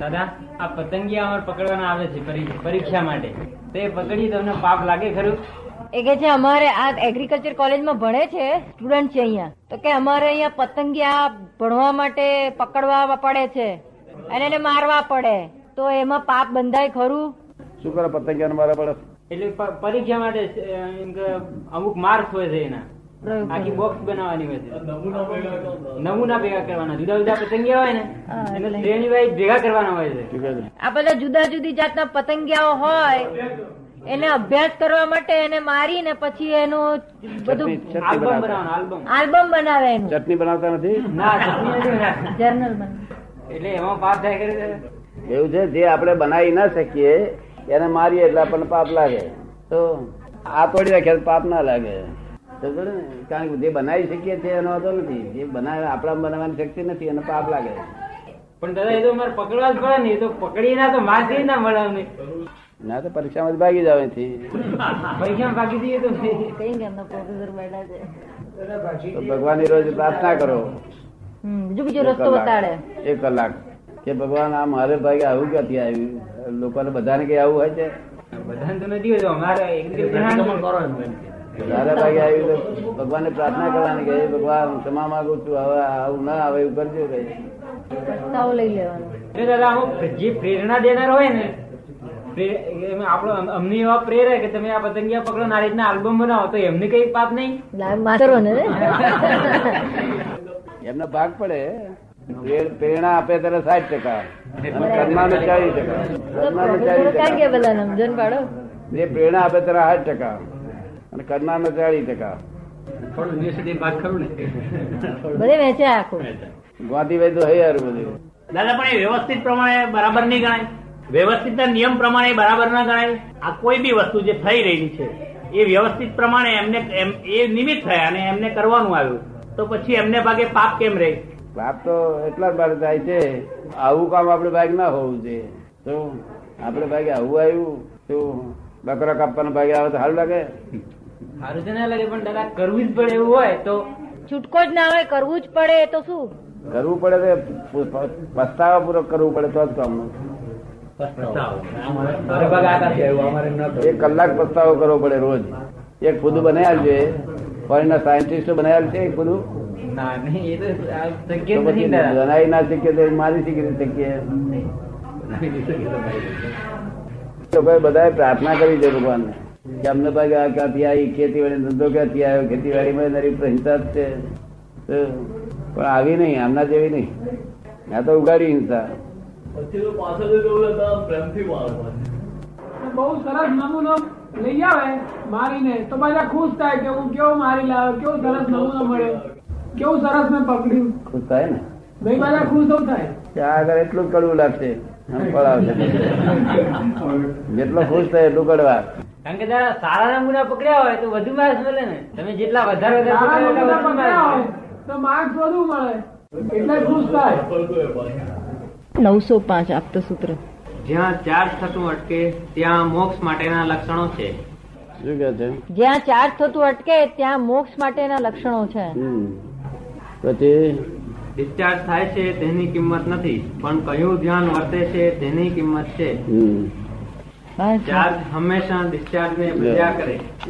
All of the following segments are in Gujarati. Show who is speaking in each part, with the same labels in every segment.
Speaker 1: દાદા આ પતંગી અમારે પકડવાના આવે છે પરી- પરીક્ષા માટે તો એ પકડી તમને પાપ લાગે ખરું
Speaker 2: એ કે છે અમારે આ એગ્રીકલ્ચર કોલેજમાં ભણે છે સ્ટુડન્ટ છે અહીંયા તો કે અમારે અહીંયા પતંગિયા ભણવા માટે પકડવા પડે છે અને એને મારવા પડે તો એમાં પાપ બંધાય ખરું
Speaker 3: શું કરે પતંગિયાને મારા પડે
Speaker 1: એટલે પ- પરીક્ષા માટે અ, એમ કે અમુક માર્ક હોય છે એના
Speaker 2: પ્રયોગ
Speaker 1: આખી
Speaker 2: કરો.
Speaker 1: બોક્સ બનાવવાની હોય છે નમૂના ભેગા કરવાના જુદા જુદા પતંગિયા હોય ને
Speaker 2: હા,
Speaker 1: એને
Speaker 2: એટલે.
Speaker 1: શ્રેણી વાઇઝ ભેગા કરવાના હોય છે
Speaker 3: ઠીક છે
Speaker 2: આ બધા જુદા જુદી જાતના પતંગિયાઓ હોય એને અભ્યાસ કરવા માટે એને મારીને પછી એનું બધું
Speaker 3: ચટણી- ચટણી
Speaker 1: આલ્બમ
Speaker 3: બનાવતા
Speaker 1: બનાવવાનો આલ્બમ
Speaker 2: આલ્બમ બનાવે એનું
Speaker 3: ચટણી બનાવતા નથી
Speaker 1: ના ચટણી નથી બનાવતા.
Speaker 2: જર્નલ બનાવે
Speaker 1: એટલે એમાં પાપ થાય ખરી દાદા?
Speaker 3: એવું છે જે આપણે બનાવી ના શકીએ એને મારીએ એટલે આપણને પાપ લાગે તો આ તોડી નાખે તો પાપ ના લાગે સમજો ને? કારણ કે જે બનાવી શકીએ તે એનો વાંધો નથી જે બનાવે આપણા બનાવવાની શક્તિ નથી એને પાપ લાગે
Speaker 1: પણ દાદા એ તો મારે પકડવા જ પડે ને એ તો પકડી ના તો માર્ક ના મળે અમને
Speaker 3: ના તો પરીક્ષામાં જ ભાગી જાવ અહીંથી
Speaker 1: પરીક્ષામાં ભાગી જઈએ તો
Speaker 2: કઈ ગામના પ્રોફેસર બેઠા છે
Speaker 3: તો ભગવાનની રોજ પ્રાર્થના કરો
Speaker 2: હમ, બીજો બીજો રસ્તો બતાડે
Speaker 3: એક કલાક કે ભગવાન આ મારે ભાઈ આવું ક્યાંથી આવ્યું લોકોને બધાને કઈ આવું હોય છે
Speaker 1: બધાને તો નથી હોતું અમારે એક
Speaker 3: મારે ભાઈ આવ્યું તો ભગવાનને પ્રાર્થના કરવાની કે હે ભગવાન ક્ષમા માંગુ છું હવે આવું ના આવે એવું કરજો કે
Speaker 2: રસ્તાઓ લઈ લેવાનો
Speaker 1: એટલે દાદા અમુક જે પ્રેરણા દેનાર હોય ને પ્રે- એમાં આપણો અમ- અમને એવા પ્રેરે કે તમે આ પતંગિયા પકડો ને આ રીતના આલ્બમ બનાવો તો એમને કઈ પાપ નહીં
Speaker 2: લાવ માસ્તરો ને
Speaker 3: એમનો ભાગ પડે પ્રેર- પ્રેરણા આપે ત્યારે સાઠ ટકા અને કર્માનું ચાલીસ ટકા કર્માનું ચાલીસ
Speaker 2: કાંઈ કે
Speaker 3: ટકા
Speaker 2: બધા સમજણ પાડો
Speaker 3: જે પ્રેરણા આપે ત્યારે સાઠ ટકા અને કર્માનું ચાલીસ ટકા
Speaker 2: બધે વેચ્યા આખું
Speaker 3: ગાંધીભાઈ તો હૈયાર બધું
Speaker 4: દાદા પણ એ વ્યવસ્થિત પ્રમાણે બરાબર નહીં ગણાય વ્યવસ્થિત નિયમ પ્રમાણે એ બરાબર ના ગણાય આ કોઈ બી વસ્તુ જે થઈ રહી છે એ વ્યવસ્થિત પ્રમાણે એમને એમ- એ નિમિત્ત થયા અને એમને કરવાનું આવ્યું તો પછી એમને ભાગે પાપ કેમ રહી
Speaker 3: પાપ તો એટલા જ માટે થાય છે આવું કામ આપણે ભાગ ના હોવું જોઈએ તો આપણે ભાગે આવું આવ્યું તો બકરા કાપવાના ભાગે આવે તો સારું લાગે
Speaker 1: સારું છે ના લાગે પણ દાદા કરવું જ પડે એવું હોય તો
Speaker 2: છૂટકો જ ના હોય કરવું જ પડે એ તો શું
Speaker 3: કરવું પડે તો પસ્તાવા પૂર્વક કરવું પડે તો જ કામનું
Speaker 1: મારે ભાગ આ કાંથી આવ્યું?
Speaker 3: એક કલાક પસ્તાવો કરવો પડે રોજ એક ફૂદું બનાવેલ છે ફોરેનના સાયન્ટિસ્ટો બનાવેલ છે એક ફૂદું
Speaker 1: ના નહીં એ તો આ શક્ય
Speaker 3: તો
Speaker 1: જ
Speaker 3: પછી
Speaker 1: નથી ને દાદા
Speaker 3: બનાવી ના શકીએ તો મારી શીખી શકીએ લોકોએ બધાએ પ્રાર્થના કરી છે ભગવાનને કે અમને ભાઈ આ ક્યાંથી આવી ખેતીવાડી ધંધો ક્યાંથી આવ્યો ખેતીવાડીમાં નરી હિંસા જ છે તો પણ આવી નહીં આમના જેવી નહીં આ તો ઉગાડી હિંસા
Speaker 5: બહુ સરસ નમૂનો લઈ આવે મારીને તો બધા ખુશ થાય કે હું કેવો મારી લાવ્યો કેવો સરસ નમૂનો મળ્યો કેવું સરસ મેં પકડ્યું
Speaker 3: ખુશ થાય ને
Speaker 5: ભાઈ બધા ખુશ તો થાય
Speaker 3: કે આ આગળ એટલું જ કડવું લાગશે આમ પડાવશે જેટલો ખુશ થાય એટલું કડવા
Speaker 1: કારણ કે દાદા સારા નમૂના પકડ્યા હોય તો વધુ માર્ક્સ મળે ને તમે જેટલા વધારે
Speaker 5: સારા
Speaker 1: વધારે
Speaker 5: નમૂના
Speaker 1: પકડ્યા
Speaker 5: પકડ્યા
Speaker 1: હોય
Speaker 5: હોય તો માર્ક્સ વધુ મળે એટલે ખુશ થાય
Speaker 2: નવસો પાંચ આપતો સૂત્ર
Speaker 1: જ્યાં ચાર્જ થતું અટકે ત્યાં મોક્ષ માટેના લક્ષણો છે
Speaker 3: શું કહે છે
Speaker 2: જ્યાં ચાર્જ થતું અટકે ત્યાં મોક્ષ માટેના લક્ષણો છે
Speaker 3: હમ. પછી
Speaker 1: ડિસ્ચાર્જ થાય છે તેની કિંમત નથી પણ કયું ધ્યાન વર્તે છે તેની કિંમત છે
Speaker 3: હમ
Speaker 2: બસ.
Speaker 1: ચાર્જ હંમેશા ડિસ્ચાર્જ ને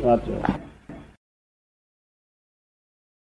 Speaker 3: વાંચો